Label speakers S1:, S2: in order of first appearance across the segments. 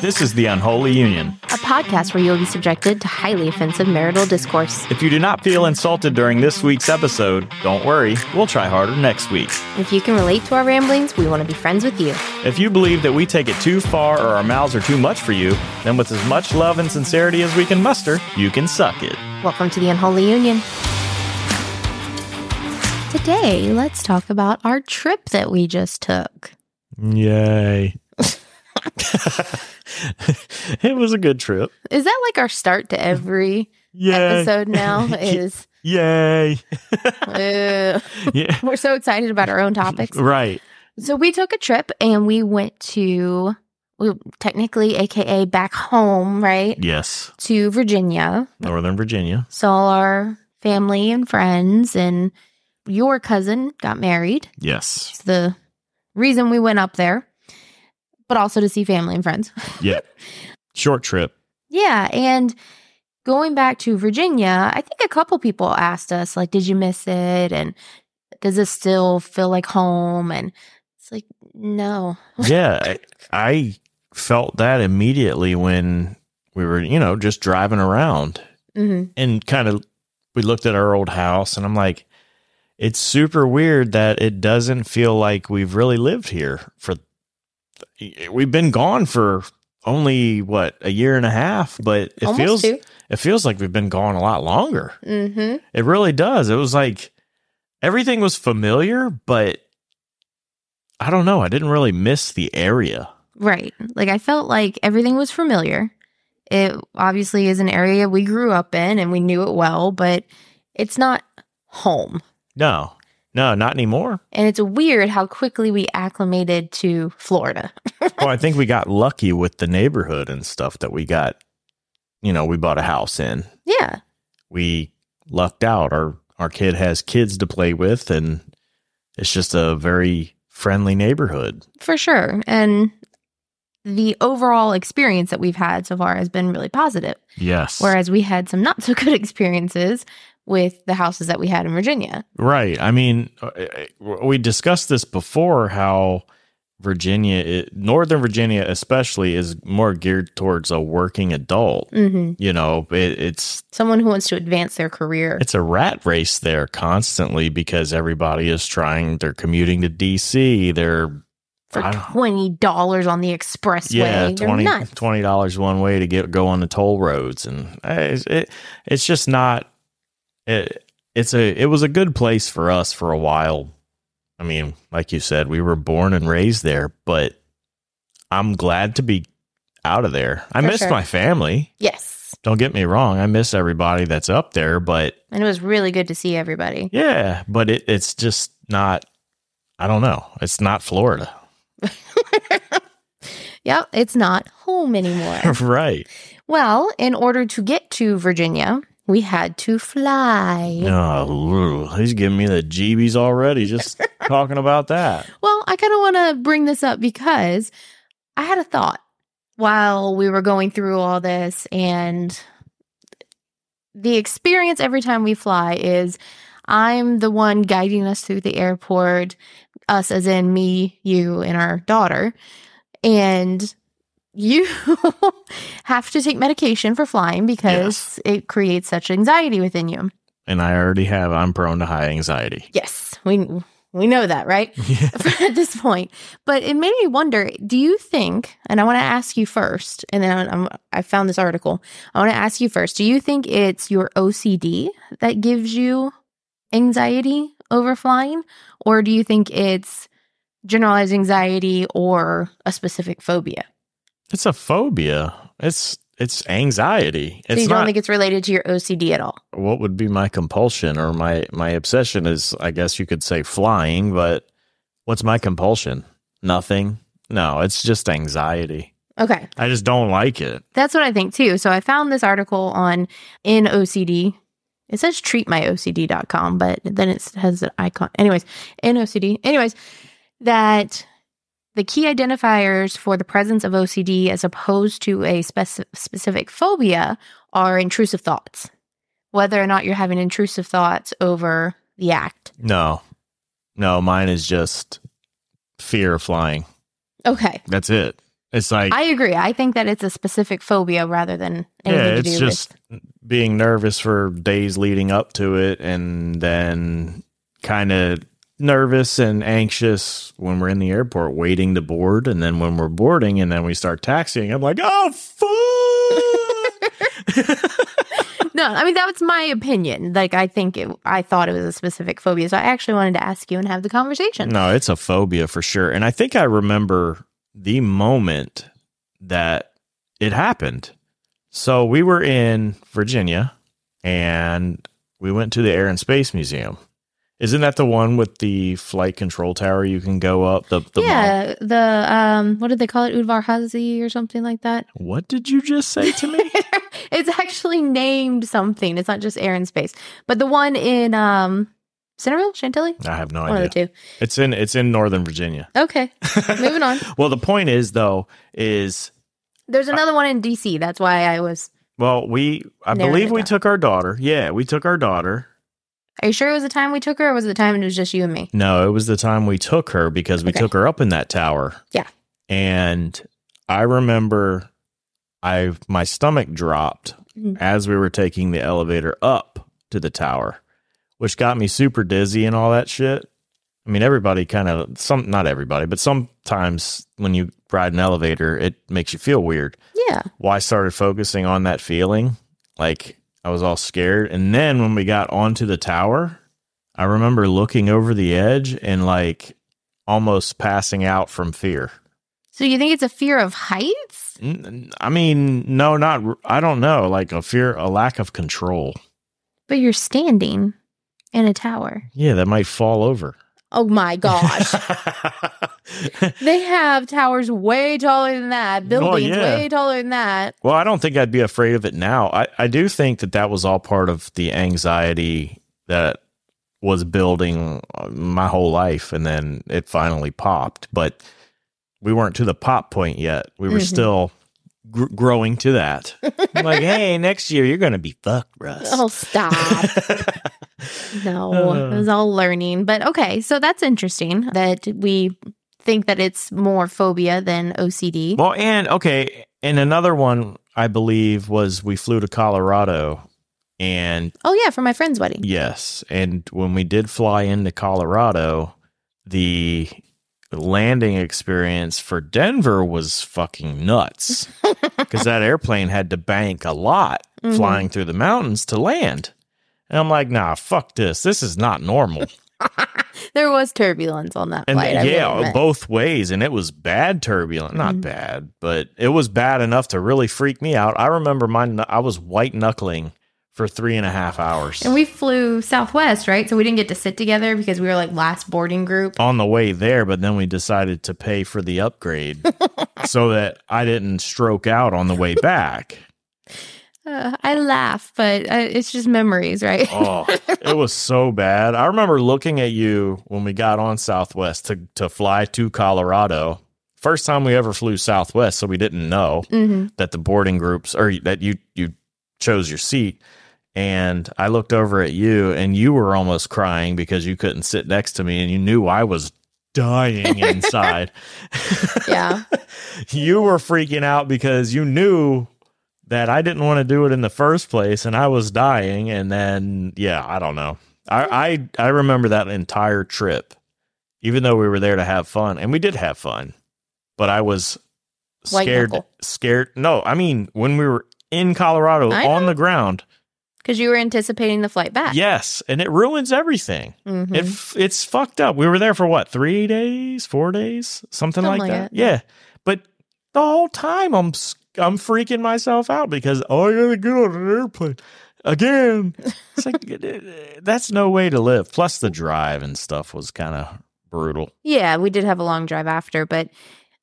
S1: This is The Unholy Union.
S2: a podcast where you'll be subjected to highly offensive marital discourse.
S1: If you do not feel insulted during this week's episode, don't worry, we'll try harder next week.
S2: If you can relate to our ramblings, we want to be friends with you.
S1: If you believe that we take it too far or our mouths are too much for you, then with as much love and sincerity as we can muster, you can suck it.
S2: Welcome to the Unholy Union. Today, let's talk about our trip that we just took.
S1: Yay. it was a good trip.
S2: Is that like our start to every
S1: Yay.
S2: episode now? Is
S1: Yay.
S2: uh,
S1: Yeah.
S2: we're so excited about our own topics.
S1: Right.
S2: So we took a trip and we went to we technically aka back home, right?
S1: Yes.
S2: To Virginia.
S1: Northern Virginia.
S2: So all our family and friends and your cousin got married.
S1: Yes.
S2: It's the reason we went up there. But also to see family and friends.
S1: Yeah. Short trip.
S2: Yeah, and going back to Virginia, I think a couple people asked us like did you miss it and does this still feel like home and it's like no.
S1: yeah, I, I felt that immediately when we were, you know, just driving around
S2: Mhm.
S1: and kind of we looked at our old house and I'm like, it's super weird that it doesn't feel like we've really lived here for we've been gone for only what a year and a half, but it feels
S2: Almost
S1: it feels like we've been gone a lot longer.
S2: Mm-hmm.
S1: It really does. It was like everything was familiar, but I don't know. I didn't really miss the area.
S2: Right. Like I felt like everything was familiar. It obviously is an area we grew up in and we knew it well, but it's not home.
S1: No, no, not anymore.
S2: And it's weird how quickly we acclimated to Florida.
S1: well, I think we got lucky with the neighborhood and stuff that we got. You know, we bought a house in.
S2: Yeah.
S1: We lucked out. Our our kid has kids to play with, and it's just a very friendly neighborhood.
S2: For sure. And the overall experience that we've had so far has been really positive.
S1: Yes,
S2: Whereas we had some not so good experiences with the houses that we had in Virginia.
S1: Right. I mean, uh, uh, we discussed this before how Virginia, Northern Virginia especially, is more geared towards a working adult.
S2: Mm-hmm.
S1: You know, it, it's
S2: Someone who wants to advance their career.
S1: it's a rat race there constantly because everybody is trying. They're commuting to DC. They're
S2: for
S1: I don't-
S2: twenty dollars on the expressway.
S1: yeah
S2: You're
S1: twenty
S2: nuts.
S1: twenty dollars one way to get go on the toll roads, and uh, it's, it it's just not. It, it's a it was a good place for us for a while. I mean, like you said, we were born and raised there, but I'm glad to be out of there. I
S2: For
S1: miss
S2: sure.
S1: my family.
S2: Yes,
S1: Don't get me wrong. I miss everybody that's up there, but
S2: and it was really good to see everybody.
S1: yeah, but it, it's just not. I don't know. It's not Florida,
S2: Yep, it's not home anymore.
S1: right?
S2: well, in order to get to Virginia, we had to fly.
S1: Oh, ooh, he's giving me the jeebies already just talking about that.
S2: Well, I kind of want to bring this up because I had a thought while we were going through all this, and the experience every time we fly is I'm the one guiding us through the airport, us as in me, you, and our daughter. And you have to take medication for flying because it creates such anxiety within you.
S1: And I already have, I'm prone to high anxiety.
S2: Yes, we we know that, right? at this point. But it made me wonder do you think, and I want to ask you first, and then I'm, I found this article. I want to ask you first do you think it's your OCD that gives you anxiety over flying, or do you think it's generalized anxiety or a specific phobia?
S1: it's a phobia. It's it's anxiety.
S2: so
S1: It's
S2: you don't
S1: not
S2: think it's related to your OCD at all?
S1: what would be my compulsion or my my obsession is I guess you could say flying, but what's my compulsion? Nothing. No, it's just anxiety.
S2: Okay.
S1: I just don't like it.
S2: That's what I think too. So I found this article on in OCD. It says treatmyocd.com, but then it has an icon. Anyways, in OCD. Anyways, that the key identifiers for the presence of OCD as opposed to a spec- specific phobia are intrusive thoughts. Whether or not you're having intrusive thoughts over the act.
S1: No. No, mine is just fear of flying.
S2: Okay.
S1: That's it. It's like
S2: I agree. I think that it's a specific phobia rather than anything
S1: yeah,
S2: to
S1: it's
S2: do
S1: just being nervous for days leading up to it, and then kind of nervous and anxious when we're in the airport waiting to board, and then when we're boarding, and then we start taxiing. I'm like, oh, fuck.
S2: with. No, I mean that was my opinion. Like I think it, I thought it was a specific phobia, so I actually wanted to ask you and have the conversation.
S1: No, it's a phobia for sure. And I think I remember the moment that it happened. So we were in Virginia and we went to the Air and Space Museum. Isn't that the one with the flight control tower you can go up the, the mall?
S2: yeah, the um, what did they call it, Udvar Hazy or something like that?
S1: What did you just say to me?
S2: it's actually named something. It's not just air and space, but the one in um, Centerville, Chantilly,
S1: I have no
S2: one of
S1: idea.
S2: the two.
S1: It's in it's in Northern Virginia.
S2: Okay, moving on.
S1: well, the point is though is
S2: There's another one in DC. That's why I was.
S1: well, we I
S2: Narrowed
S1: believe
S2: it
S1: we
S2: down.
S1: took our daughter. Yeah, we took our daughter
S2: Are you sure it was the time we took her, or was it the time it was just you and me?
S1: No, it was the time we took her because we
S2: Okay.
S1: took her up in that tower.
S2: Yeah.
S1: And I remember I my stomach dropped
S2: Mhm.
S1: as we were taking the elevator up to the tower, which got me super dizzy and all that shit. I mean, everybody kind of some not everybody, but sometimes when you ride an elevator, it makes you feel weird.
S2: Yeah.
S1: Well, I started focusing on that feeling, like I was all scared. And then when we got onto the tower, I remember looking over the edge and like almost passing out from fear.
S2: So you think it's a fear of heights?
S1: N- n- I mean, no, not r- I don't know, like a fear, a lack of control.
S2: But you're standing in a tower.
S1: Yeah, that might fall over.
S2: Oh my gosh. they have towers way taller than that,
S1: Well,
S2: buildings
S1: Oh, yeah.
S2: way taller than that.
S1: Well, I don't think I'd be afraid of it now. I, I do think that that was all part of the anxiety that was building uh, my whole life, and then it finally popped. But we weren't to the pop point yet. We were
S2: Mhm.
S1: still gr- growing to that. I'm like, hey, next year you're gonna be fucked, Russ.
S2: Oh, stop. No,
S1: Uh.
S2: it was all learning. But okay, so that's interesting that we think that it's more phobia than OCD.
S1: well, and okay, and another one I believe was we flew to Colorado, and
S2: oh, yeah, for my friend's wedding.
S1: Yes. And when we did fly into Colorado, the landing experience for Denver was fucking nuts because that airplane had to bank a lot
S2: Mhm.
S1: flying through the mountains to land. And I'm like, nah, fuck this. This is not normal.
S2: There was turbulence on that
S1: And
S2: flight. I will
S1: yeah,
S2: admit.
S1: both ways. And it was bad turbulent. Not
S2: Mhm.
S1: bad, but it was bad enough to really freak me out. I remember my, kn- I was white knuckling for three and a half hours
S2: And we flew Southwest, right? So we didn't get to sit together because we were like last boarding group.
S1: on the way there, but then we decided to pay for the upgrade so that I didn't stroke out on the way back.
S2: Uh, I laugh, but uh, it's just memories, right?
S1: Oh, it was so bad. I remember looking at you when we got on Southwest to, to fly to Colorado. First time we ever flew Southwest, so we didn't know
S2: hmm
S1: that the boarding groups or that you you chose your seat. And I looked over at you and you were almost crying because you couldn't sit next to me and you knew I was dying inside.
S2: Yeah.
S1: you were freaking out because you knew that I didn't want to do it in the first place and I was dying and then yeah, I don't know. I I, I remember that entire trip. Even though we were there to have fun and we did have fun, but I was
S2: White
S1: scared
S2: knuckle.
S1: scared. No, I mean when we were in Colorado
S2: I
S1: on the ground.
S2: Because you were anticipating the flight back.
S1: Yes, and it ruins everything.
S2: Mhm.
S1: It f it's fucked up. We were there for what, three days, four days, something,
S2: Something
S1: like,
S2: like
S1: that.
S2: it.
S1: Yeah, but the whole time I'm s- I'm freaking myself out because oh, I gotta get on an airplane again. It's like it- it- that's no way to live. Plus the drive and stuff was kind of brutal.
S2: yeah, we did have a long drive after, but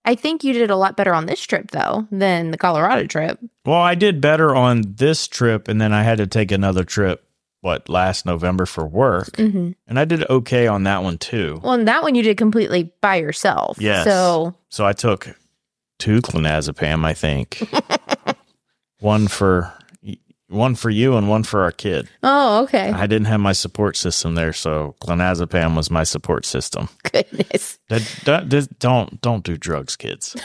S2: I think you did a lot better on this trip, though, than the Colorado trip.
S1: Well, I did better on this trip, and then I had to take another trip. What last November for work,
S2: hmm
S1: and I did okay on that one too.
S2: Well, and that one you did completely by yourself.
S1: Yes.
S2: So
S1: So I took two clonazepam, I think. one for y- one for you and one for our kid.
S2: Oh, okay.
S1: I didn't have my support system there, so clonazepam was my support system.
S2: Goodness.
S1: That, that, that- don't don't do drugs, kids.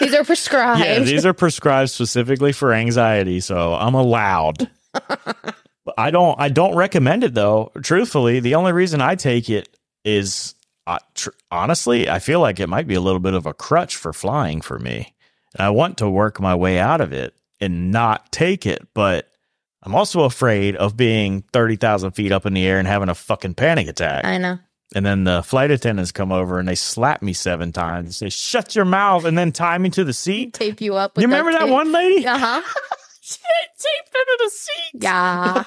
S2: These are prescribed.
S1: Yeah, these are prescribed specifically for anxiety, so I'm allowed. But I don't I don't recommend it though. Truthfully, the only reason I take it is uh, tr- honestly, I feel like it might be a little bit of a crutch for flying for me. And I want to work my way out of it and not take it, but I'm also afraid of being 30,000 feet up in the air and having a fucking panic attack.
S2: I know.
S1: And then the flight attendants come over and they slap me seven times and say, shut your mouth, and then tie me to the seat.
S2: Tape you up.
S1: You remember that one lady?
S2: Uh huh.
S1: She taped into the seat.
S2: Yeah.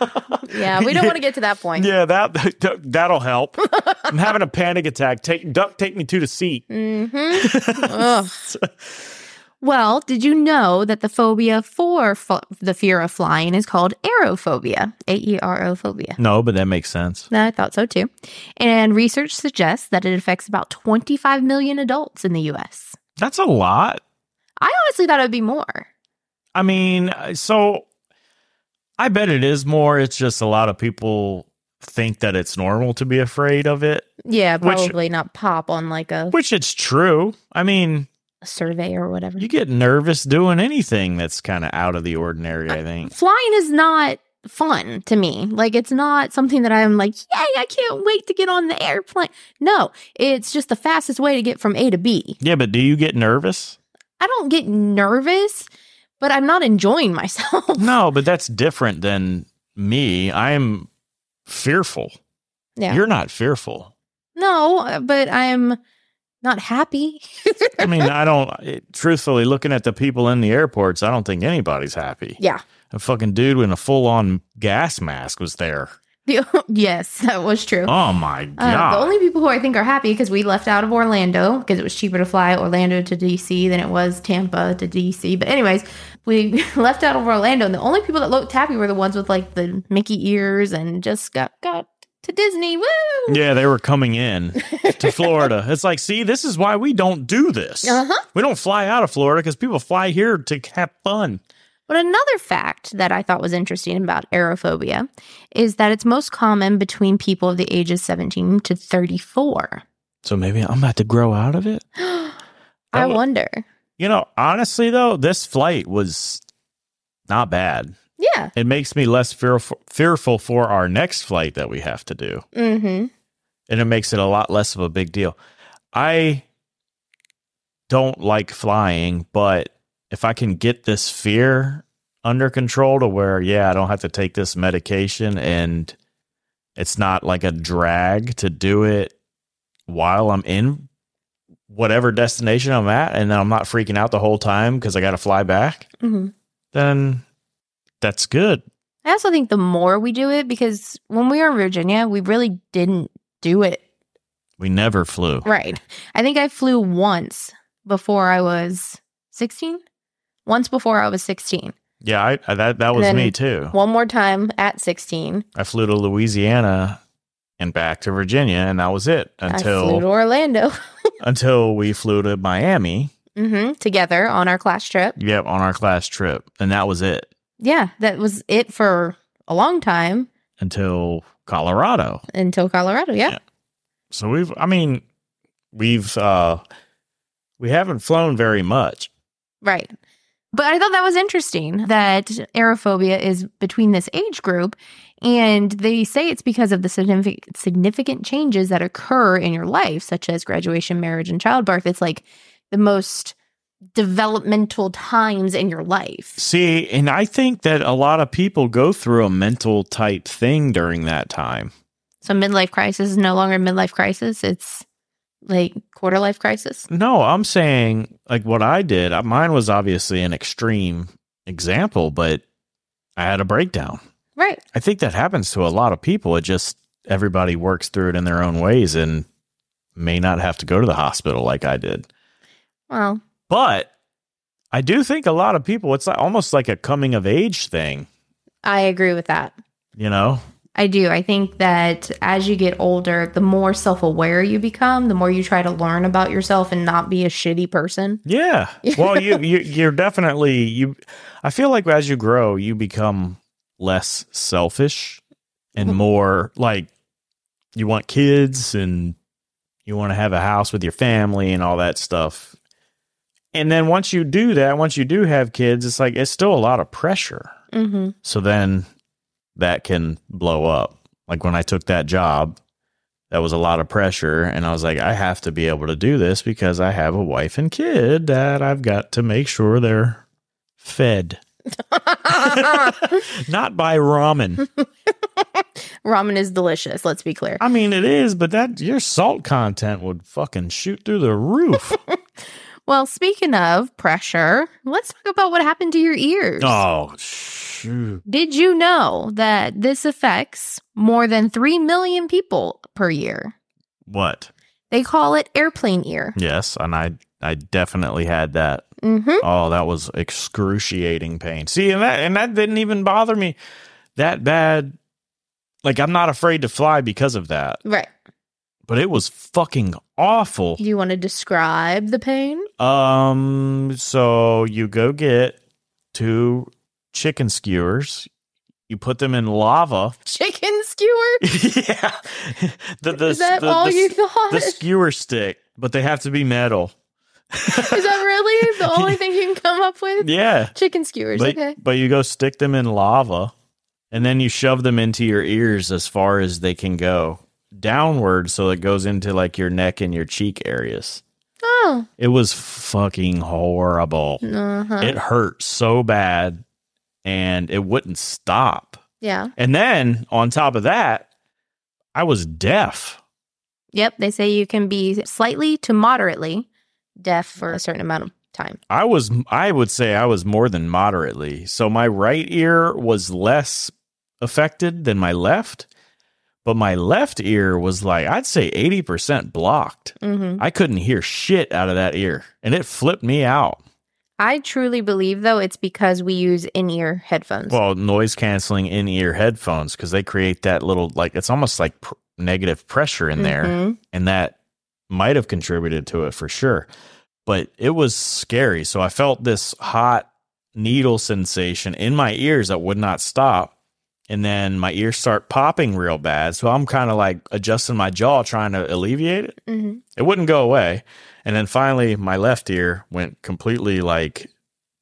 S2: Yeah. We don't want to get to that point.
S1: Yeah, that, that that'll help. I'm having a panic attack. Take duck, take me to the seat.
S2: Mm-hmm. Ugh. Well, did you know that the phobia for fo- the fear of flying is called aerophobia? A E R O phobia.
S1: no, but that makes sense.
S2: I thought so too. And research suggests that it affects about 25 million adults in the US.
S1: That's a lot.
S2: I honestly thought it would be more.
S1: I mean, uh, so I bet it is more. It's just a lot of people think that it's normal to be afraid of it,
S2: Yeah,
S1: Which-
S2: probably not pop on like a,
S1: which it's true. I mean,
S2: a survey or whatever.
S1: you get nervous doing anything that's kind of out of the ordinary, I think.
S2: Flying is not fun to me. Like it's not something that I'm like, yay, I can't wait to get on the airplane. No, it's just the fastest way to get from A to B.
S1: Yeah, but do you get nervous?
S2: I don't get nervous, but I'm not enjoying myself.
S1: No, but that's different than me. I'm fearful.
S2: Yeah.
S1: You're not fearful.
S2: no, uh, but I'm not happy.
S1: I mean, I don't, it, truthfully, looking at the people in the airports, I don't think anybody's happy.
S2: Yeah.
S1: A fucking dude in a full on gas mask was there.
S2: The- yes, that was true.
S1: Oh my
S2: Uh,
S1: God.
S2: the only people who I think are happy because we left out of Orlando because it was cheaper to fly Orlando to DC than it was Tampa to DC. But anyways, we left out of Orlando, and the only people that looked happy were the ones with like the Mickey ears and just got got to Disney. Woo!
S1: yeah, they were coming in to Florida. It's like, see, this is why we don't do this.
S2: Uh-huh.
S1: We don't fly out of Florida because people fly here to have fun.
S2: But another fact that I thought was interesting about aerophobia is that it's most common between people of the ages 17 to 34.
S1: So maybe I'm about to grow out of it.
S2: I
S1: That wa-
S2: wonder.
S1: You know, honestly, though, this flight was not bad.
S2: Yeah.
S1: It makes me less fearful, fearful for our next flight that we have to do.
S2: Mm-hmm.
S1: and it makes it a lot less of a big deal. I don't like flying, but if I can get this fear under control to where, yeah, I don't have to take this medication and it's not like a drag to do it while I'm in whatever destination I'm at and then I'm not freaking out the whole time because I got to fly back,
S2: Mm-hmm.
S1: then that's good.
S2: I also think the more we do it, because when we were in Virginia, we really didn't do it
S1: We never flew.
S2: right. I think I flew once before I was 16. Once before I was 16.
S1: Yeah, I, I that that was
S2: Then-
S1: me too.
S2: One more time at 16.
S1: I flew to Louisiana and back to Virginia, and that was it
S2: I flew to
S1: until
S2: Orlando
S1: until we flew to Miami.
S2: hmm together on our class trip.
S1: Yep, on our class trip, and that was it
S2: Yeah, that was it for a long time
S1: until Colorado.
S2: until Colorado. Yeah.
S1: Yeah. So we've, I mean, we've uh we haven't flown very much.
S2: Right. But I thought that was interesting that aerophobia is between this age group. And they say it's because of the significant, significant changes that occur in your life, such as graduation, marriage, and childbirth. It's like the most developmental times in your life.
S1: See, and I think that a lot of people go through a mental type thing during that time.
S2: So, midlife crisis is no longer midlife crisis. It's like quarter life crisis.
S1: No, I'm saying like what I did. uh, Mine was obviously an extreme example, but I had a breakdown.
S2: Right.
S1: I think that happens to a lot of people. It just everybody works through it in their own ways and may not have to go to the hospital like I did.
S2: Well,
S1: But I do think a lot of people it's like- almost like a coming of age thing,
S2: I agree with that.
S1: you know?
S2: I do. I think that as you get older, the more self aware you become, the more you try to learn about yourself and not be a shitty person.
S1: Yeah. Well, you, you you're definitely you. I feel like as you grow, you become less selfish and more like you want kids and you want to have a house with your family and all that stuff. And then once you do that, once you do have kids, it's like it's still a lot of pressure.
S2: Mm-hmm.
S1: So then that can blow up. Like when I took that job, that was a lot of pressure. And I was like, I have to be able to do this because I have a wife and kid that I've got to make sure they're fed. Not by ramen.
S2: Ramen is delicious. Let's be clear.
S1: I mean, it is, but that your salt content would fucking shoot through the roof.
S2: Well, speaking of pressure, let's talk about what happened to your ears.
S1: oh, shoot.
S2: Did you know that this affects more than 3 million people per year?
S1: What?
S2: They call it airplane ear.
S1: Yes. And I, I definitely had that.
S2: Mm-hmm.
S1: Oh, that was excruciating pain. See, and that and that didn't even bother me that bad. Like I'm not afraid to fly because of that.
S2: Right.
S1: But it was fucking awful.
S2: Do you want to describe the pain?
S1: Um so you go get two chicken skewers. You put them in lava.
S2: Chicken skewer?
S1: yeah. The, the,
S2: is that
S1: the,
S2: all
S1: the,
S2: you thought?
S1: the skewer stick, but they have to be metal.
S2: is that really the only thing you can come up with?
S1: Yeah.
S2: Chicken skewers.
S1: But,
S2: okay.
S1: but you go stick them in lava and then you shove them into your ears as far as they can go downward so it goes into like your neck and your cheek areas.
S2: Oh.
S1: It was fucking horrible.
S2: Uh-huh.
S1: It hurt so bad and it wouldn't stop.
S2: yeah.
S1: And then on top of that, I was deaf.
S2: Yep. They say you can be slightly to moderately deaf for a certain amount of time.
S1: I was I would say I was more than moderately. So my right ear was less affected than my left, but my left ear was like I'd say 80% blocked.
S2: Mm-hmm.
S1: I couldn't hear shit out of that ear and it flipped me out.
S2: I truly believe, though, it's because we use in ear headphones.
S1: Well, noise canceling in-ear headphones cuz they create that little like it's almost like pr- negative pressure in there.
S2: Mhm.
S1: and that might have contributed to it for sure. But it was scary. So I felt this hot needle sensation in my ears that would not stop. And then my ears start popping real bad. So I'm kind of like adjusting my jaw, trying to alleviate it.
S2: Mhm.
S1: It wouldn't go away. And then finally, my left ear went completely like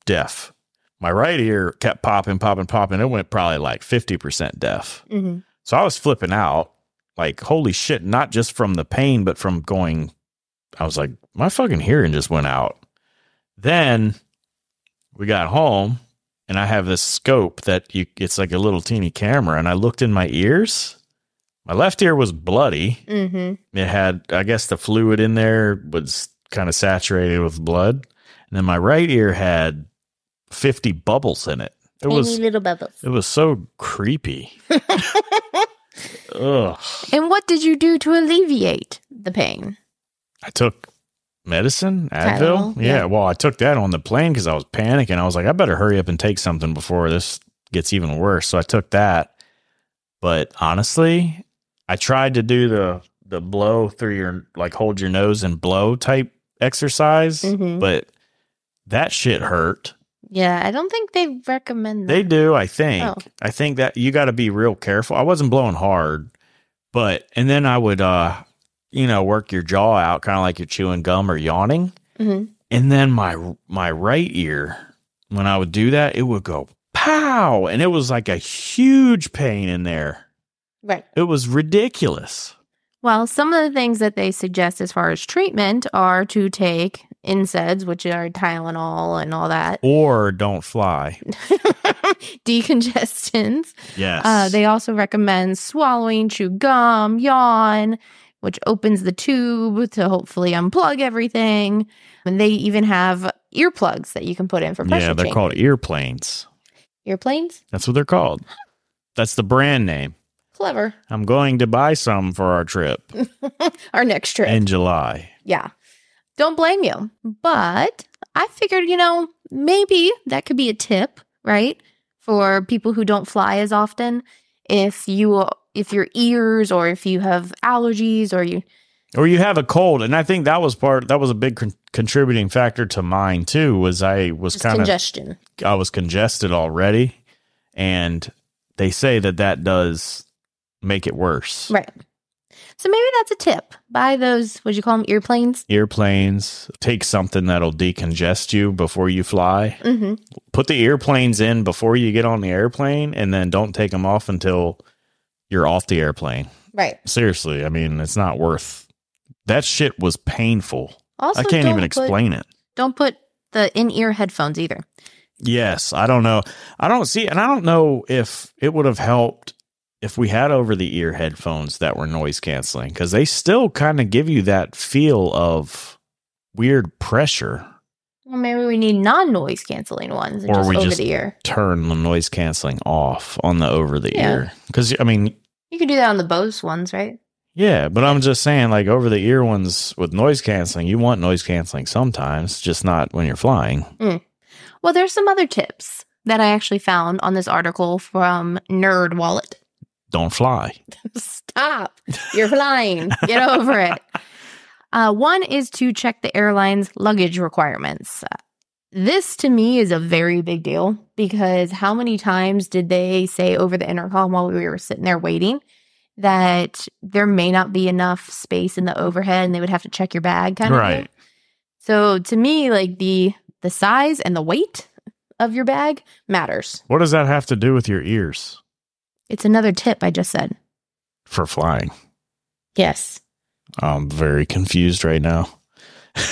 S1: deaf. My right ear kept popping, popping, popping. It went probably like 50% deaf.
S2: Mhm.
S1: So I was flipping out, like, holy shit, not just from the pain, but from going, I was like, my fucking hearing just went out. Then we got home and I have this scope that you, it's like a little teeny camera. And I looked in my ears. My left ear was bloody.
S2: Mhm.
S1: It had, I guess, the fluid in there was kind of saturated with blood. And then my right ear had 50 bubbles in it. It was,
S2: Tiny little bubbles.
S1: it was so creepy. Ugh.
S2: And what did you do to alleviate the pain?
S1: I took medicine, Advil.
S2: Tylenol,
S1: yeah.
S2: yeah.
S1: Well, I took that on the plane because I was panicking. I was like, I better hurry up and take something before this gets even worse. So I took that. But honestly, I tried to do the the blow through your like hold your nose and blow type exercise,
S2: Mhm.
S1: but that shit hurt.
S2: Yeah, I don't think they recommend that.
S1: They do, I think.
S2: Oh.
S1: I think that you got to be real careful. I wasn't blowing hard, but and then I would uh you know, work your jaw out kind of like you're chewing gum or yawning.
S2: Mhm.
S1: And then my my right ear when I would do that, it would go pow and it was like a huge pain in there.
S2: Right.
S1: It was ridiculous.
S2: Well, some of the things that they suggest as far as treatment are to take NSAIDs, which are Tylenol and all that,
S1: Or don't fly.
S2: decongestants.
S1: Yes.
S2: Uh, they also recommend swallowing, chew gum, yawn, which opens the tube to hopefully unplug everything. And they even have earplugs that you can put in for pressure.
S1: yeah, they're
S2: change.
S1: called airplanes.
S2: earplanes.
S1: That's what they're called. That's the brand name.
S2: Clever.
S1: I'm going to buy some for our trip.
S2: Our next trip.
S1: in July.
S2: Yeah. Don't blame you. But I figured, you know, maybe that could be a tip, right? For people who don't fly as often. If you if your ears or if you have allergies or you
S1: or you have a cold and i think that was part that was a big con- contributing factor to mine too was i was
S2: just
S1: kind of
S2: congestion.
S1: i was congested already and they say that that does make it worse
S2: Right. So maybe that's a tip. Buy those, would you call them earplanes?
S1: Airplanes, take something that'll decongest you before you fly.
S2: Mm-hmm.
S1: Put the earplanes in before you get on the airplane and then don't take them off until you're off the airplane.
S2: Right.
S1: Seriously, I mean, it's not worth that shit was painful.
S2: Also,
S1: I can't
S2: don't
S1: even
S2: put-
S1: explain it.
S2: Don't put the in ear headphones either.
S1: Yes, I don't know. I don't see, and I don't know if it would have helped if we had over the ear headphones that were noise canceling because they still kind of give you that feel of weird pressure.
S2: Well, maybe we need non noise canceling ones and
S1: Or
S2: just
S1: we
S2: over
S1: just-
S2: the ear.
S1: Turn the noise canceling off on the over the
S2: Yeah.
S1: ear because I mean,
S2: You could do that on the Bose ones, right?
S1: yeah, but I'm just saying, like over the ear ones with noise canceling, you want noise canceling sometimes, just not when you're flying.
S2: Well, there's some other tips that I actually found on this article from Nerd Wallet.
S1: Don't fly.
S2: Stop. You're flying. Get over it. Uh, one is to check the airline's luggage requirements. Uh, This to me is a very big deal because how many times did they say over the intercom while we were sitting there waiting that there may not be enough space in the overhead and they would have to check your bag kind of thing?
S1: Right.
S2: So to me, like the the size and the weight of your bag matters.
S1: What does that have to do with your ears
S2: It's another tip I just said.
S1: for flying?
S2: Yes.
S1: I'm very confused right now.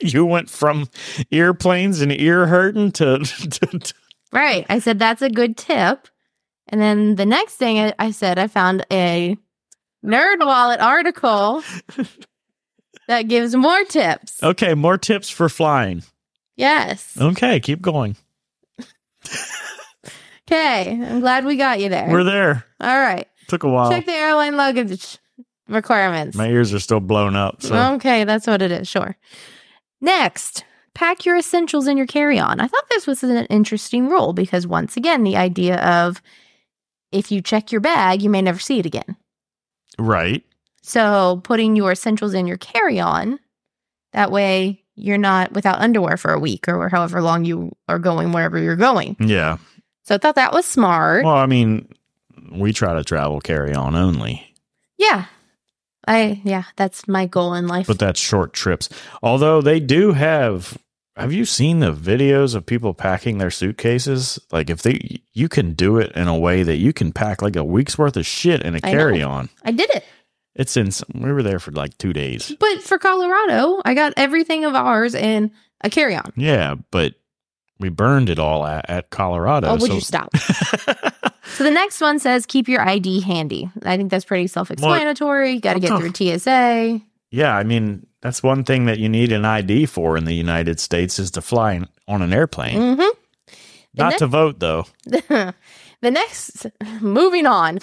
S1: you went from earplanes and ear hurting to, to, to-
S2: Right. I said that's a good tip. And then the next thing I, I said, I found a Nerd Wallet article that gives more tips.
S1: okay. More tips for flying.
S2: Yes.
S1: Okay, keep going.
S2: Okay. I'm glad we got you there.
S1: We're there.
S2: All right.
S1: Took a while.
S2: Check the airline luggage requirements. Mm,
S1: My ears are still blown up. So
S2: Okay. That's what it is. Sure. Next, pack your essentials in your carry on. I thought this was an interesting rule because, once again, the idea of if you check your bag, you may never see it again.
S1: right,
S2: So putting your essentials in your carry on, that way you're not without underwear for a week or however long you are going wherever you're going.
S1: yeah.
S2: So I thought that was smart.
S1: Well, I mean, we try to travel carry on only,
S2: yeah. I yeah, that's my goal in life.
S1: but that's short trips. Although they do have. Have you seen the videos of people packing their suitcases? Like if they, you can do it in a way that you can pack like a week's worth of shit in a
S2: I know.
S1: carry on.
S2: I did it.
S1: It's in. some- We were there for like two days.
S2: But for Colorado, I got everything of ours in a carry on.
S1: Yeah, but we burned it all at, at Colorado.
S2: Oh, would
S1: so-
S2: you stop? So the next one says keep your ID handy. I think that's pretty self-explanatory. You got to
S1: What
S2: get
S1: the-
S2: through TSA.
S1: yeah, I mean that's one thing that you need an ID for in the United States is to fly in- on an airplane,
S2: Mhm.
S1: not
S2: that-
S1: to vote though.
S2: the next moving on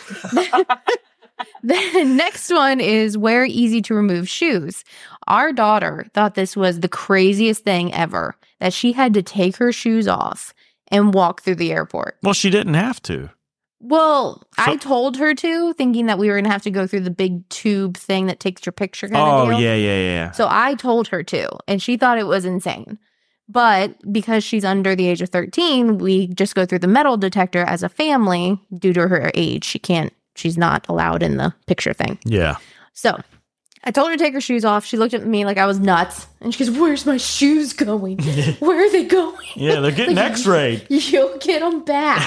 S2: the next one is wear easy to remove shoes our daughter thought this was the craziest thing ever that she had to take her shoes off and walk through the airport
S1: Well, she didn't have to.
S2: well i
S1: So-
S2: told her to thinking that we were going to have to go through the big tube thing that takes your picture kind
S1: Oh
S2: of deal.
S1: yeah, yeah, yeah.
S2: So I told her to, and she thought it was insane. But because she's under the age of 13, we just go through the metal detector as a family due to her age. She can't, she's not allowed in the picture thing.
S1: yeah.
S2: So I told her to take her shoes off. She looked at me like I was nuts, and she goes, Where's my shoes going? Where are they going?
S1: Yeah, they're getting
S2: Like-
S1: X-rayed.
S2: You'll get them back.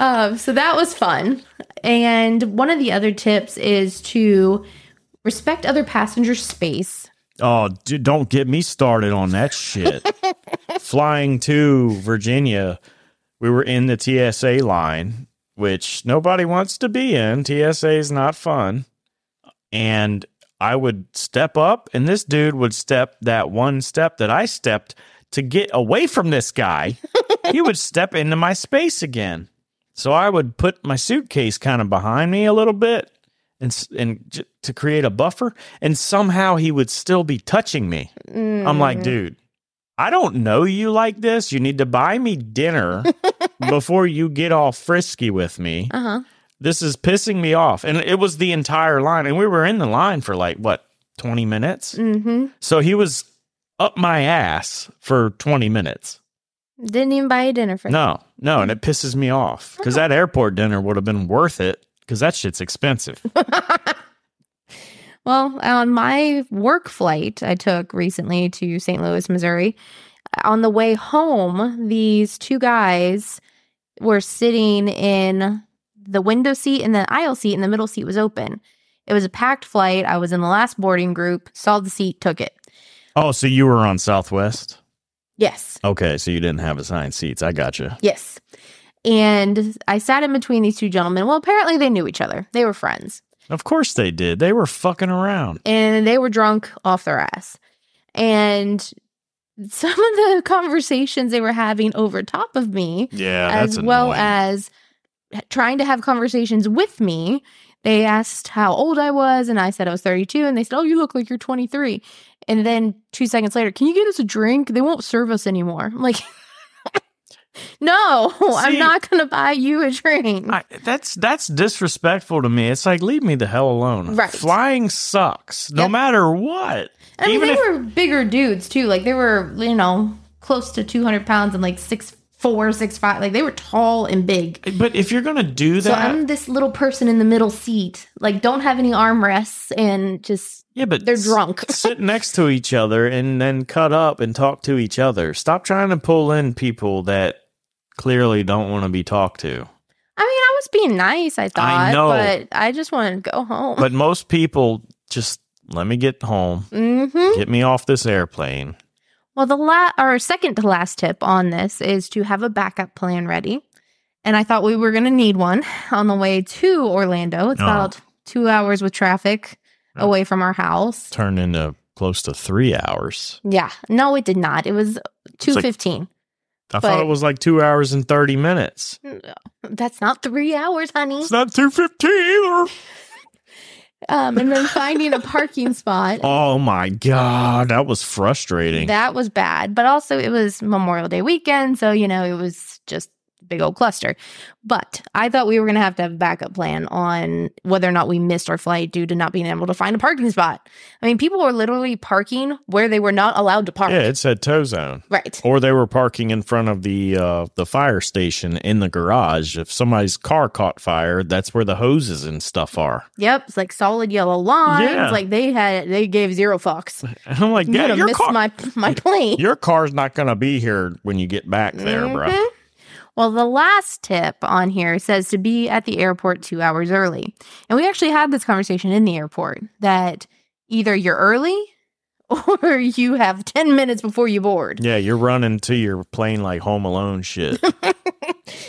S2: um, so that was fun. And one of the other tips is to respect other passenger space
S1: Oh, d- don't get me started on that shit. Flying to Virginia, we were in the TSA line, which nobody wants to be in. TSA is not fun. And I would step up, and this dude would step that one step that I stepped to get away from this guy. he would step into my space again. So I would put my suitcase kind of behind me a little bit and s- and j- to create a buffer and somehow he would still be touching me.
S2: Mm,
S1: I'm like, dude, I don't know you like this. You need to buy me dinner before you get all frisky with me.
S2: Uh huh.
S1: this is pissing me off. And it was the entire line. And we were in the line for like, what, 20 minutes?
S2: Mm-hmm.
S1: So he was up my ass for 20 minutes.
S2: Didn't even buy you dinner for
S1: No, no. And it pisses me off because that airport dinner would have been worth it because that shit's expensive.
S2: well, on my work flight I took recently to St. Louis, Missouri, on the way home, these two guys were sitting in the window seat and the aisle seat, and the middle seat was open. It was a packed flight. I was in the last boarding group, saw the seat, took it.
S1: oh, so you were on Southwest?
S2: Yes.
S1: Okay. So you didn't have assigned seats. I gotcha.
S2: Yes. And I sat in between these two gentlemen. Well, apparently they knew each other. They were friends.
S1: Of course they did. They were fucking around.
S2: and they were drunk off their ass. And some of the conversations they were having over top of me,
S1: Yeah.
S2: as well as trying to have conversations with me, they asked how old I was, and I said I was 32, and they said, Oh, you look like you're 23. And then two seconds later, can you get us a drink? They won't serve us anymore. I'm like, no, I'm
S1: See-
S2: not going to buy you a drink.
S1: I, that's that's disrespectful to me. It's like leave me the hell alone.
S2: Right.
S1: Flying sucks, no
S2: Yep.
S1: matter what.
S2: I mean,
S1: Even
S2: they
S1: if-
S2: were bigger dudes too. Like they were, you know, close to 200 pounds and like six four, six five. Like they were tall and big.
S1: But if you're gonna do
S2: So
S1: that,
S2: I'm this little person in the middle seat. Like don't have any armrests and just
S1: yeah, but
S2: they're
S1: s-
S2: drunk.
S1: sit next to each other and then cut up and talk to each other. Stop trying to pull in people that clearly don't want to be talked to.
S2: I mean, I was being nice. I thought,
S1: know.
S2: but I just wanted to go home.
S1: But most people just let me get home,
S2: hmm
S1: get me off this airplane.
S2: Well, the la- our second to last tip on this is to have a backup plan ready. And I thought we were going to need one on the way to Orlando. It's
S1: Oh.
S2: about two hours with traffic
S1: Yeah.
S2: away from our house.
S1: Turned into close to three hours.
S2: Yeah. No, it did not. It was
S1: It's like-
S2: 215.
S1: I thought
S2: But-
S1: it was like two hours and thirty minutes.
S2: That's not 3 hours, honey.
S1: It's not two fifteen either.
S2: Um and then finding a parking spot.
S1: Oh my god, that was frustrating.
S2: That was bad, but also it was Memorial Day weekend, so you know, it was just a big old cluster. But I thought we were going to have to have a backup plan on whether or not we missed our flight due to not being able to find a parking spot. I mean, people were literally parking where they were not allowed to park.
S1: yeah, it said tow zone.
S2: right.
S1: Or they were parking in front of the uh, the fire station in the garage. If somebody's car caught fire, that's where the hoses and stuff are.
S2: Yep, it's like solid yellow lines.
S1: Yeah.
S2: Like they had they gave zero fucks.
S1: And I'm like,
S2: You
S1: yeah,
S2: yeah,
S1: your
S2: missed
S1: car,
S2: my my plane.
S1: your car's not gonna be here when you get back there, bro.
S2: Mhm. Well, the last tip on here says to be at the airport two hours early. And we actually had this conversation in the airport that either you're early or you have 10 minutes before you board.
S1: Yeah, you're running to your plane like Home Alone shit.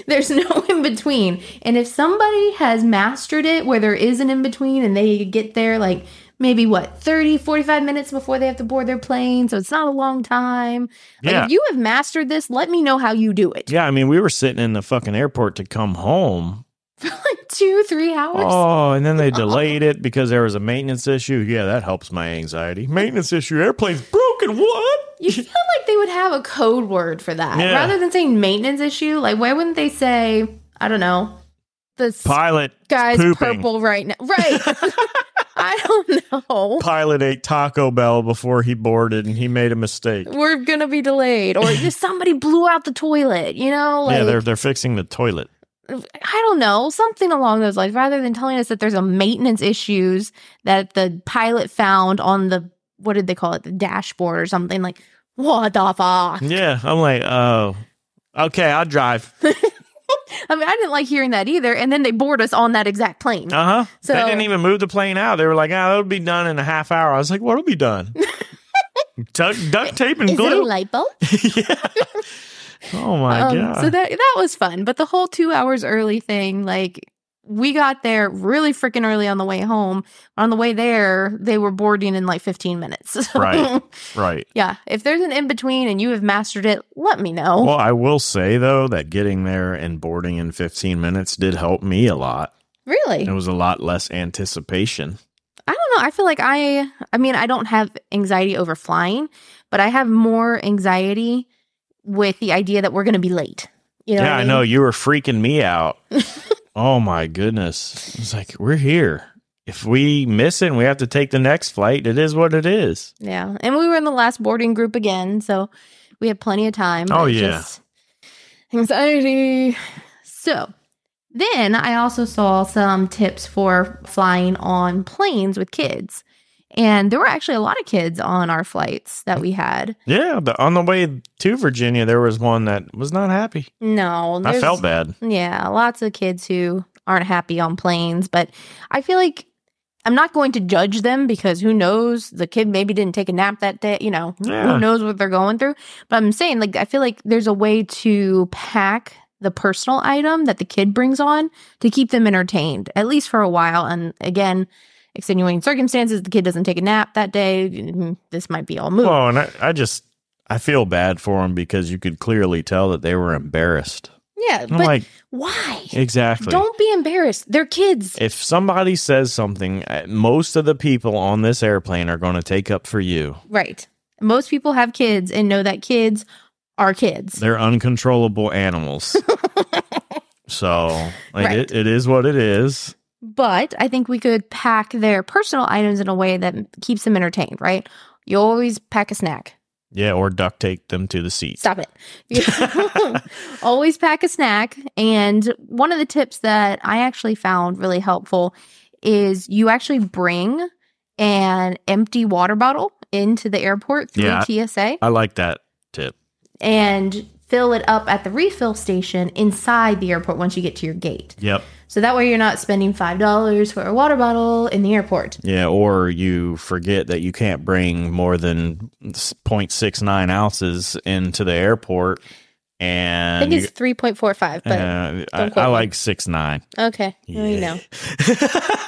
S2: There's no in between. And if somebody has mastered it where there is an in between and they get there like maybe what 30 45 minutes before they have to board their plane, so it's not a long time. Like,
S1: Yeah.
S2: if you have mastered this, let me know how you do it.
S1: yeah, I mean, we were sitting in the fucking airport to come home.
S2: Like 2 3 hours.
S1: Oh, and then they delayed it because there was a maintenance issue. Yeah, that helps my anxiety. Maintenance issue, airplane's broken. What?
S2: You feel like they would have a code word for that.
S1: Yeah.
S2: Rather than saying maintenance issue, like why wouldn't they say, I don't know, the
S1: Pilot
S2: sky's
S1: pooping.
S2: purple right now. Right. I don't know.
S1: Pilot ate Taco Bell before he boarded and he made a mistake.
S2: We're gonna be delayed. Or just somebody blew out the toilet, you know? Like
S1: yeah, they're they're fixing the toilet.
S2: I don't know, something along those lines. Rather than telling us that there's a maintenance issues that the pilot found on the what did they call it? The dashboard or something like what the fuck?
S1: Yeah, I'm like, oh, okay, I'll drive.
S2: I mean, I didn't like hearing that either. And then they board us on that exact plane.
S1: Uh huh.
S2: So-
S1: they didn't even move the plane out. They were like, ah, that'll be done in a half hour. I was like, what'll be done? Duck, duct tape and
S2: Is it a
S1: Mm, glue.
S2: light bulb?
S1: yeah. Oh my
S2: Um,
S1: god.
S2: so that that was fun, but the whole two hours early thing, like we got there really freaking early on the way home. On the way there, they were boarding in like fifteen minutes. So,
S1: Right. right.
S2: yeah. If there's an in between and you have mastered it, let me know.
S1: Well, I will say though that getting there and boarding in 15 minutes did help me a lot.
S2: really?
S1: It was a lot less anticipation.
S2: I don't know. I feel like I I mean, I don't have anxiety over flying, but I have more anxiety with the idea that we're gonna be late. You know
S1: yeah,
S2: what
S1: I
S2: mean?
S1: know you were freaking me out oh my goodness. It's like, we're here. If we miss it and we have to take the next flight, it is what it is.
S2: Yeah. And we were in the last boarding group again, so we had plenty of time.
S1: Oh,
S2: but
S1: yeah.
S2: just Anxiety. So then I also saw some tips for flying on planes with kids. And there were actually a lot of kids on our flights that we had.
S1: Yeah. The, on the way to Virginia, there was one that was not happy.
S2: No,
S1: I
S2: there's-
S1: felt bad.
S2: Yeah, lots of kids who aren't happy on planes, but I feel like I'm not going to judge them because who knows? The kid maybe didn't take a nap that day, you know,
S1: Yeah.
S2: who knows what they're going through. But I'm saying, like, I feel like there's a way to pack the personal item that the kid brings on to keep them entertained, at least for a while. And again, extenuating circumstances, the kid doesn't take a nap that day. mm, This might be all moot.
S1: Well, and I, I just, I feel bad for them because you could clearly tell that they were embarrassed.
S2: yeah,
S1: I'm
S2: but
S1: like,
S2: why?
S1: exactly.
S2: Don't be embarrassed. They're kids.
S1: if somebody says something, uh, most of the people on this airplane are going to take up for you.
S2: Right. Most people have kids and know that kids are kids.
S1: They're uncontrollable animals. so, like,
S2: Right.
S1: it, it is what it is.
S2: But I think we could pack their personal items in a way that keeps them entertained, right? You always pack a snack.
S1: Yeah, or duct tape them to the seat.
S2: Stop it. always pack a snack. And one of the tips that I actually found really helpful is you actually bring an empty water bottle into the airport through
S1: Yeah.
S2: TSA
S1: I like that tip.
S2: and fill it up at the refill station inside the airport once you get to your gate.
S1: Yep.
S2: So that way you're not spending $5 for a water bottle in the airport.
S1: Yeah, or you forget that you can't bring more than s- 0.69 ounces into the airport.
S2: I think
S1: And
S2: it's 3.45,
S1: you-
S2: but
S1: uh, I,
S2: quote
S1: I
S2: me.
S1: like six nine.
S2: okay. You know,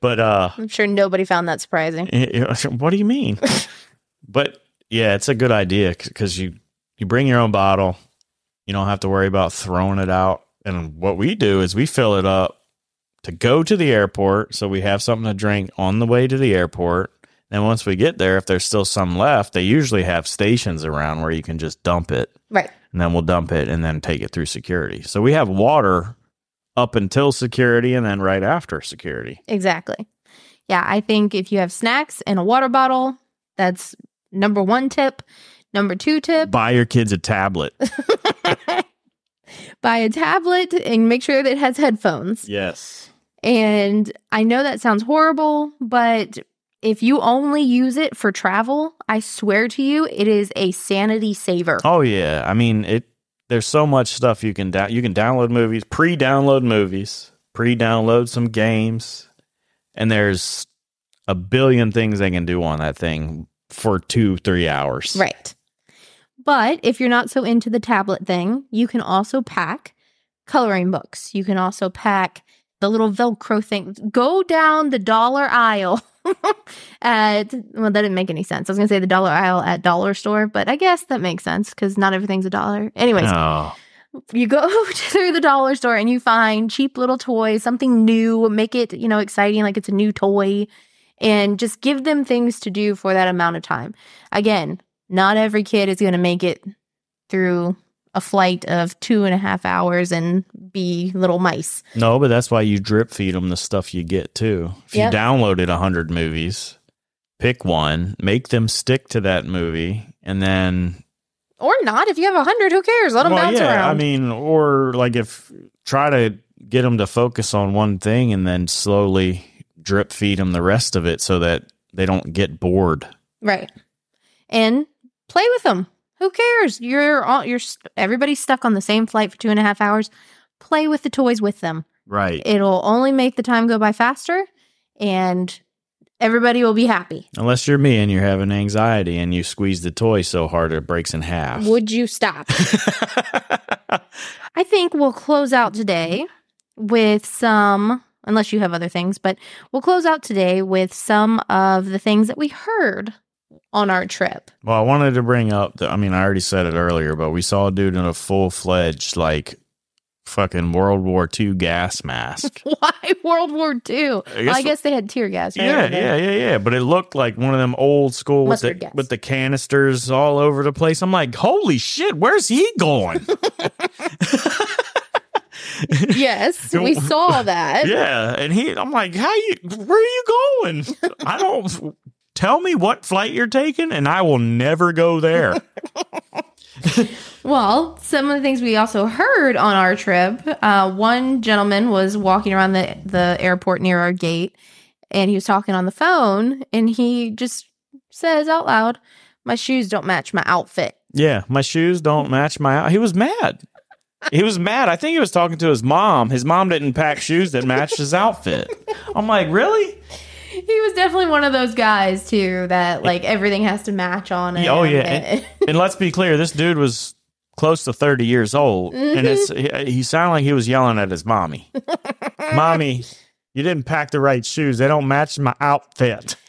S1: but uh,
S2: I'm sure nobody found that surprising.
S1: Y- y- I said, What do you mean? but yeah, it's a good idea because you you bring your own bottle. You don't have to worry about throwing it out. And what we do is we fill it up to go to the airport, so we have something to drink on the way to the airport. And once we get there, if there's still some left, they usually have stations around where you can just dump it,
S2: Right.
S1: and then we'll dump it and then take it through security. So we have water up until security and then right after security.
S2: Exactly. Yeah. I think if you have snacks and a water bottle, that's number one tip. Number two tip
S1: Buy your kids a tablet.
S2: buy a tablet and make sure that it has headphones.
S1: yes.
S2: And I know that sounds horrible, but if you only use it for travel, I swear to you, it is a sanity saver.
S1: Oh yeah, I mean it. There's so much stuff you can down. You can download movies, pre-download movies, pre-download some games, and there's a billion things they can do on that thing for two, three hours.
S2: Right. But if you're not so into the tablet thing, you can also pack coloring books. You can also pack the little Velcro thing. Go down the dollar aisle at, well, that didn't make any sense. I was going to say the dollar aisle at dollar store, but I guess that makes sense because not everything's a dollar. Anyways,
S1: Oh,
S2: you go through the dollar store and you find cheap little toys, something new, make it, you know, exciting like it's a new toy and just give them things to do for that amount of time. Again, not every kid is going to make it through a flight of two and a half hours and be little mice.
S1: no, but that's why you drip feed them the stuff you get too. If
S2: Yep.
S1: you downloaded a hundred movies, pick one, make them stick to that movie, and then
S2: Or not. If you have a hundred, who cares? Let them bounce around.
S1: I mean, or like if try to get them to focus on one thing and then slowly drip feed them the rest of it so that they don't get bored.
S2: right. And play with them. Who cares? You're all, you're, st- everybody's stuck on the same flight for two and a half hours. Play with the toys with them.
S1: Right.
S2: it'll only make the time go by faster and everybody will be happy.
S1: Unless you're me and you're having anxiety and you squeeze the toy so hard it breaks in half.
S2: Would you stop? I think we'll close out today with some, unless you have other things, but we'll close out today with some of the things that we heard on our trip.
S1: well, I wanted to bring up the, I mean, I already said it earlier, but we saw a dude in a full fledged like fucking World War II gas mask.
S2: Why World War II?
S1: I
S2: Well, I guess they had tear gas. right?
S1: Yeah, yeah, yeah, yeah. But it looked like one of them old school with the,
S2: Mustard gas.
S1: with the canisters all over the place. I'm like, holy shit, where's he going?
S2: Yes, we saw that.
S1: Yeah, and he, I'm like, how you? Where are you going? I don't. Tell me what flight you're taking, and I will never go there.
S2: Well, some of the things we also heard on our trip, uh, one gentleman was walking around the, the airport near our gate and he was talking on the phone and he just says out loud, My shoes don't match my outfit.
S1: yeah, my shoes don't match my. He was mad. He was mad. I think he was talking to his mom. His mom didn't pack shoes that matched his outfit. I'm like, really?
S2: He was definitely one of those guys, too, that like everything has to match on it.
S1: Yeah, oh, yeah, and let's be clear, this dude was close to 30 years old, and it's
S2: Mm-hmm.
S1: he, he sounded like he was yelling at his mommy. mommy, you didn't pack the right shoes. They don't match my outfit.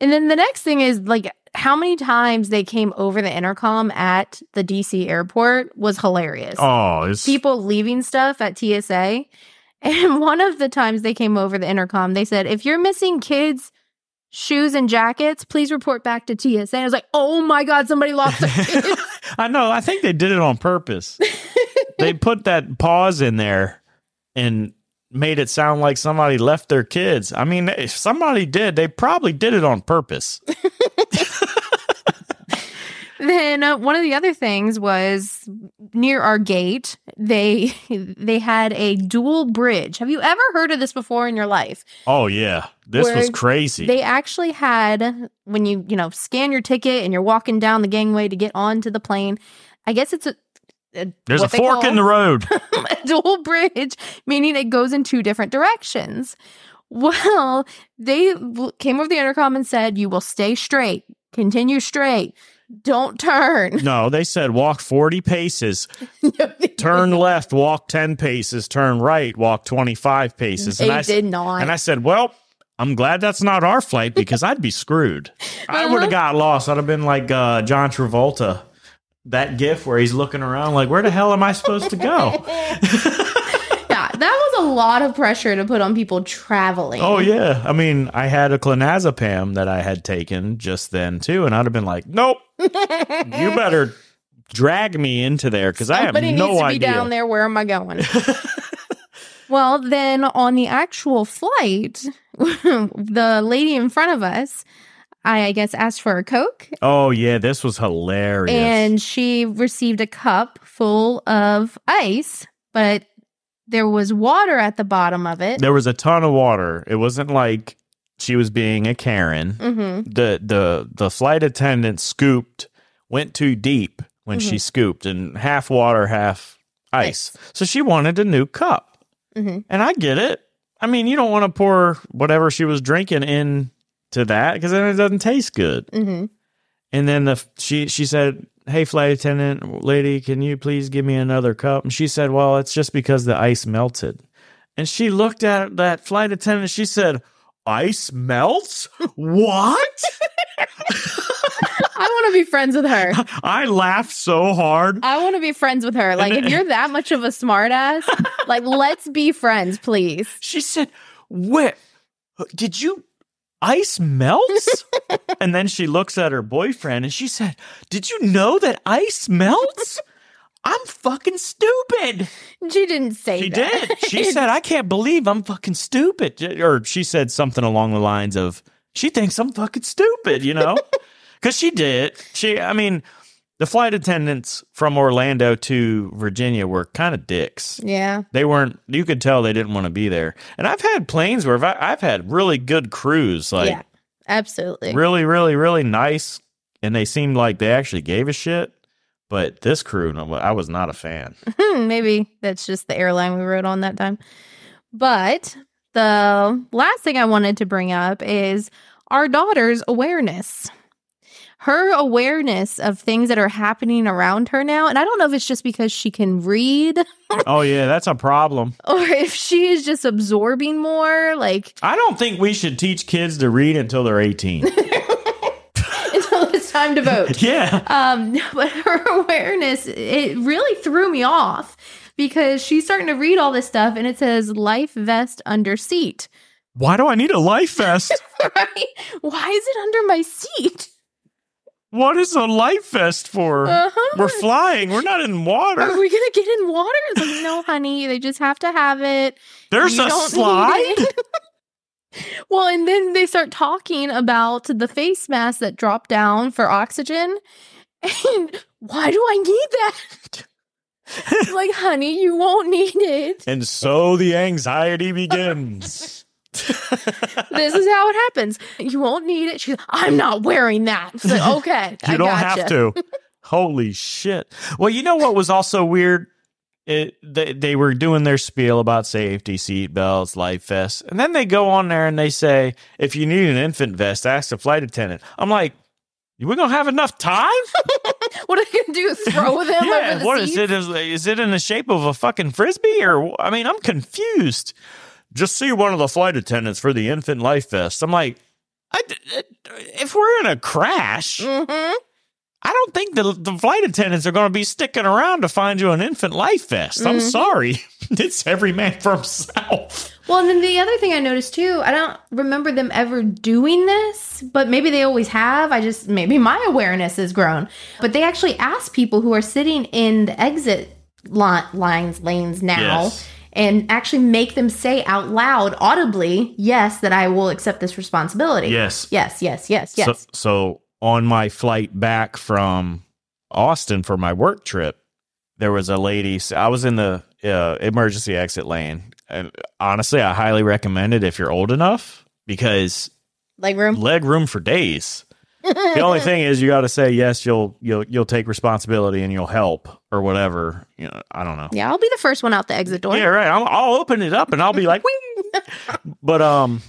S2: And then the next thing is like how many times they came over the intercom at the DC airport was hilarious.
S1: Oh, it's
S2: people leaving stuff at TSA. And one of the times they came over the intercom, they said, if you're missing kids' shoes and jackets, please report back to TSA. And I was like, oh my God, somebody lost their kids.
S1: I know. I think they did it on purpose. they put that pause in there and made it sound like somebody left their kids. I mean, if somebody did, they probably did it on purpose.
S2: then uh, one of the other things was near our gate, they they had a dual bridge. Have you ever heard of this before in your life?
S1: Oh yeah, this was
S2: Where
S1: crazy.
S2: They actually had when you you know scan your ticket and you're walking down the gangway to get onto the plane. I guess it's a, a
S1: There's a
S2: what they
S1: fork
S2: call-
S1: in the road.
S2: a dual bridge, meaning it goes in two different directions. Well, they l- came over the intercom and said, You will stay straight, continue straight, don't turn.
S1: no, they said walk 40 paces,
S2: they
S1: turn left, walk 10 paces, turn right, walk 25 paces. And I, s-
S2: did not.
S1: and I said, well, I'm glad that's not our flight because I'd be screwed. I
S2: Uh-huh.
S1: would have got lost. I'd have been like uh, John Travolta, that gif where he's looking around like, where the hell am I supposed to go?
S2: yeah, that was a lot of pressure to put on people traveling.
S1: oh, yeah. I mean, I had a clonazepam that I had taken just then too. And I'd have been like, nope, you better drag me into there because I have
S2: Somebody
S1: no
S2: Oh, needs to be
S1: idea.
S2: down there. Where am I going? well, then on the actual flight, the lady in front of us, I, I guess, asked for a Coke
S1: Oh, yeah. This was hilarious.
S2: and she received a cup full of ice, but there was water at the bottom of it.
S1: there was a ton of water. It wasn't like she was being a Karen.
S2: hmm
S1: the the the flight attendant scooped went too deep when she scooped and half water half ice so she wanted a new cup
S2: hmm
S1: and i get it i mean you don't want to pour whatever she was drinking in to that because then it doesn't taste good
S2: hmm
S1: and then the she she said hey flight attendant lady can you please give me another cup and she said well it's just because the ice melted and she looked at that flight attendant she said ice melts what
S2: I want to be friends with her.
S1: I laughed so hard.
S2: I want to be friends with her. Like, if you're that much of a smartass, like, let's be friends, please.
S1: She said, "Where did you ice melts?" and then she looks at her boyfriend and she said, "Did you know that ice melts?" I'm fucking stupid.
S2: She didn't say
S1: She
S2: that.
S1: did. She said, "I can't believe I'm fucking stupid," or she said something along the lines of, "She thinks I'm fucking stupid," you know? Because she did. She, I mean, the flight attendants from Orlando to Virginia were kind of dicks.
S2: Yeah.
S1: they weren't you could tell they didn't want to be there and i've had planes where i've, I've had really good crews like
S2: yeah. Absolutely.
S1: really really really nice and they seemed like they actually gave a shit but this crew no, i was not a fan
S2: Hmm, Maybe that's just the airline we rode on that time. But the last thing I wanted to bring up is our daughter's awareness. Her awareness of things that are happening around her now. And I don't know if it's just because she can read
S1: oh yeah that's a problem
S2: or if she is just absorbing more, like
S1: i don't think we should teach kids to read until they're 18
S2: until it's time to vote.
S1: yeah
S2: Um, but her awareness, it really threw me off because she's starting to read all this stuff and it says life vest under seat,
S1: why do i need a life vest
S2: right? Why is it under my seat?
S1: What is a life vest for?
S2: Uh-huh.
S1: We're flying. We're not in
S2: Are
S1: water.
S2: we gonna get in water? It's like, no, honey, they just have to have it.
S1: There's
S2: You
S1: a
S2: don't need
S1: slide.
S2: it. well, and then they start talking about the face mask that drop down for oxygen. And why do I need that? like, honey, you won't need it.
S1: And so the anxiety begins.
S2: This is how it happens. You won't need it. She's, I'm not wearing that. It's like, okay,
S1: you
S2: I
S1: don't
S2: gotcha.
S1: have to. Holy shit. Well, you know what was also weird? It, they, they were doing their spiel about safety, seat belts, life vests. And then they go on there and they say, if you need an infant vest, ask the flight attendant. I'm like, we're going to have enough time?
S2: What are you gonna do? Throw them over
S1: yeah,
S2: the
S1: what is
S2: seat?
S1: it? Is, is it in the shape of a fucking frisbee? Or, I mean, I'm confused. Just see one of the flight attendants for the infant life vest. I'm like, I, if we're in a crash,
S2: Mhm.
S1: I don't think the the flight attendants are going to be sticking around to find you an infant life vest. I'm
S2: Mhm.
S1: sorry, it's every man for himself.
S2: Well, and then the other thing I noticed too, I don't remember them ever doing this, but maybe they always have. I just, maybe my awareness has grown. But they actually ask people who are sitting in the exit li- lines, lanes now,
S1: Yes.
S2: and actually make them say out loud, audibly, yes, that I will accept this responsibility.
S1: Yes,
S2: Yes, yes, yes, yes.
S1: So, so on my flight back from Austin for my work trip, there was a lady. s- I was in the uh, emergency exit lane, and honestly, I highly recommend it if you're old enough because
S2: Leg room.
S1: leg room for days. the only thing is you got to say yes. You'll you'll you'll take responsibility and you'll help or whatever. You know, I don't know.
S2: Yeah, I'll be the first one out the exit door.
S1: Yeah, right. I'll, I'll open it up and I'll be like, "Wing." but um,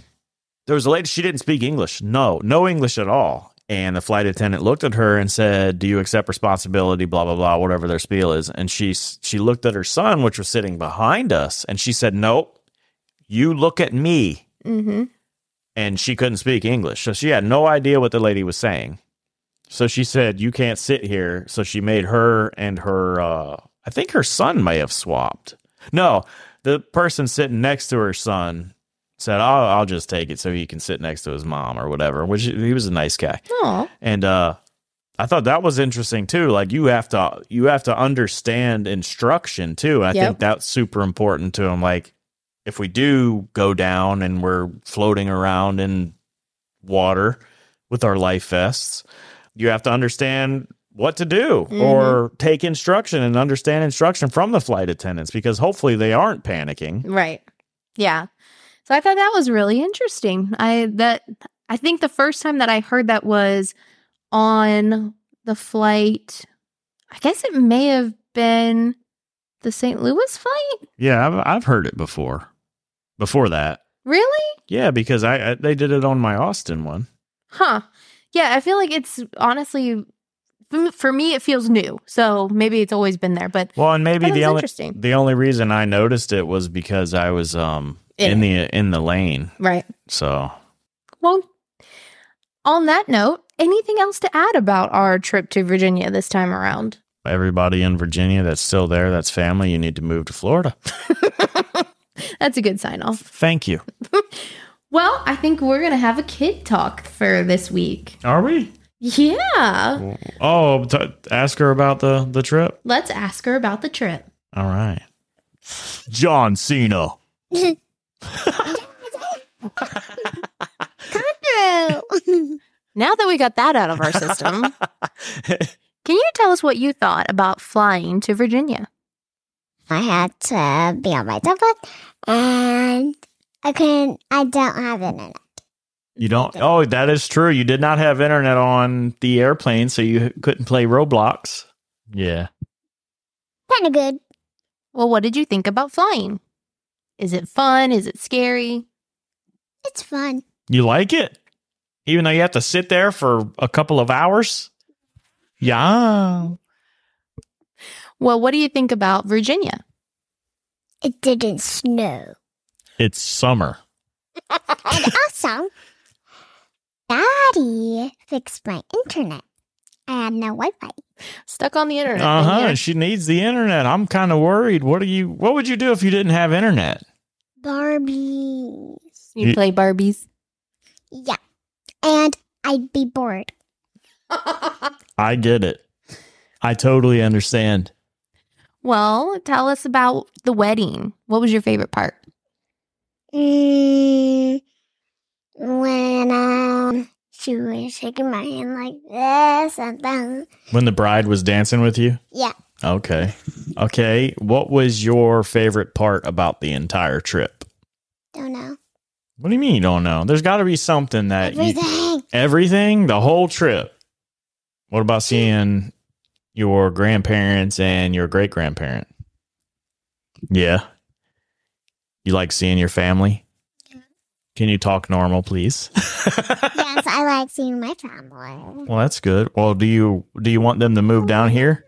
S1: there was a lady. She didn't speak English. No, no English at all. And the flight attendant looked at her and said, "Do you accept responsibility?" Blah blah blah. Whatever their spiel is. And she s- she looked at her son, which was sitting behind us, and she said, "Nope, you look at me."
S2: Mm-hmm.
S1: And she couldn't speak English, so she had no idea what the lady was saying. So she said, "You can't sit here." So she made her and her, uh, I think her son may have swapped. No, the person sitting next to her son said, "I'll, I'll just take it so he can sit next to his mom or whatever." Which he was a nice guy,
S2: Oh,
S1: and uh, I thought that was interesting too. Like you have to you have to understand instruction too. I
S2: Yep.
S1: think that's super important to him. Like if we do go down and we're floating around in water with our life vests, you have to understand what to do
S2: Mm-hmm.
S1: or take instruction and understand instruction from the flight attendants because hopefully they aren't panicking.
S2: Right. Yeah. So I thought that was really interesting. I that I think the first time that I heard that was on the flight. I guess it may have been the St. Louis flight.
S1: Yeah, I've, I've heard it before. Before that,
S2: Really?
S1: yeah, because I, I they did it on my Austin one.
S2: Huh. Yeah, I feel like it's honestly f- for me it feels new. So maybe it's always been there, but
S1: Well, and
S2: I thought
S1: maybe
S2: it was
S1: the only
S2: interesting.
S1: the only reason I noticed it was because I was um
S2: In
S1: in the in the lane.
S2: Right.
S1: So
S2: Well, on that note, anything else to add about our trip to Virginia this time around?
S1: everybody in Virginia that's still there, that's family, you need to move to Florida.
S2: That's a good sign off.
S1: Thank you.
S2: Well, I think we're going to have a kid talk for this week.
S1: Are we?
S2: Yeah.
S1: Oh, t- ask her about the the trip.
S2: Let's ask her about the trip.
S1: All right. John Cena.
S2: now that we got that out of our system, can you tell us what you thought about flying to Virginia?
S3: I had to be on my tablet, and I couldn't. I don't have internet.
S1: You don't. Oh, that is true. You did not have internet on the airplane, so you couldn't play Roblox. Yeah.
S3: Kind of good.
S2: Well, what did you think about flying? Is it fun? Is it scary?
S3: It's fun.
S1: You like it? Even though you have to sit there for a couple of hours? Yeah.
S2: Well, what do you think about Virginia?
S3: It didn't snow.
S1: It's summer.
S3: And also, Daddy fixed my internet. I had no Wi-Fi.
S2: Stuck on the internet.
S1: Uh huh.
S2: yeah.
S1: And she needs the internet. I'm kind of worried. What do you what would you do if you didn't have internet?
S3: Barbies.
S2: You play Barbies.
S3: Yeah, and I'd be bored.
S1: I get it. I totally understand.
S2: well, tell us about the wedding. What was your favorite part?
S3: Mm, when um, she was shaking my hand like this and then
S1: When the bride was dancing with you?
S3: yeah,
S1: Okay. Okay. What was your favorite part about the entire trip?
S3: don't know
S1: What do you mean you don't know? There's got to be something that Uh, you-
S3: everything.
S1: everything, the whole trip. What about seeing your grandparents and your great grandparent? Yeah. You like seeing your family? Can you talk normal, please?
S3: yes, I like seeing my family.
S1: Well, that's good. Well, do you do you want them to move down here?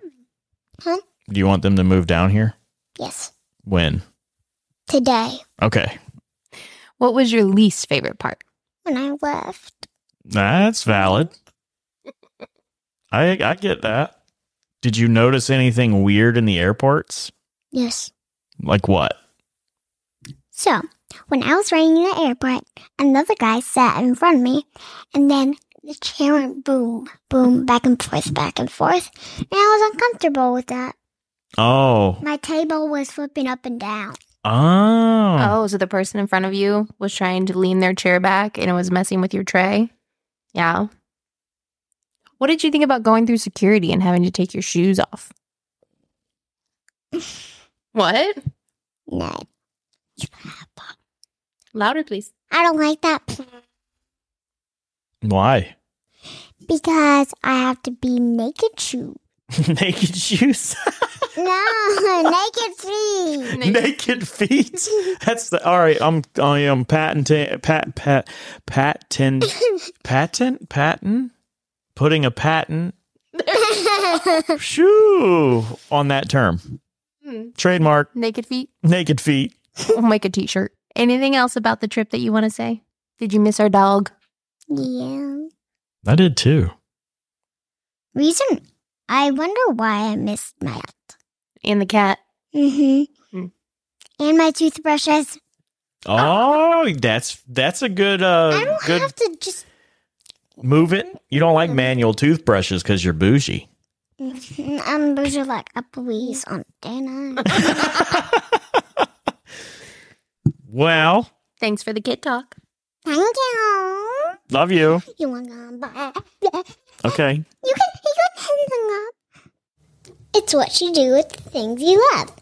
S3: Huh?
S1: Do you want them to move down here?
S3: Yes,
S1: When?
S3: today
S1: Okay.
S2: What was your least favorite part?
S3: when I left.
S1: That's valid. I I get that. Did you notice anything weird in the airports?
S3: Yes.
S1: Like what?
S3: So when I was riding in the airport, another guy sat in front of me, and then the chair went boom, boom, back and forth, back and forth, and I was uncomfortable with that.
S1: Oh.
S3: My table was flipping up and down.
S1: Oh.
S2: Oh, so the person in front of you was trying to lean their chair back and it was messing with your tray? Yeah. What did you think about going through security and having to take your shoes off? What?
S3: No,
S2: Louder, please.
S3: I don't like that
S1: Why?
S3: because I have to be naked shoes.
S1: Naked shoes.
S3: No, naked feet.
S1: Naked feet. That's the all right. I'm I am patenting pat pat patent patent patent putting a patent shoo on that term. Trademark
S2: Hmm. Naked feet.
S1: naked feet.
S2: We'll make a t shirt. Anything else about the trip that you want to say? Did you miss our dog?
S3: yeah.
S1: I did too.
S3: Reason I wonder why I missed my
S2: And the cat?
S3: Mm-hmm.
S2: Hmm.
S3: And my toothbrushes.
S1: Oh, that's that's a good
S3: I
S1: uh
S3: don't
S1: good
S3: have to just.
S1: move it. You don't like manual toothbrushes because you're bougie.
S3: I'm usually like a police on Dana.
S1: well,
S2: Thanks for the kid talk.
S3: Thank you.
S1: love you.
S3: You want to go back? You can.
S1: Okay.
S3: You can hang up. It's what you do with the things you love.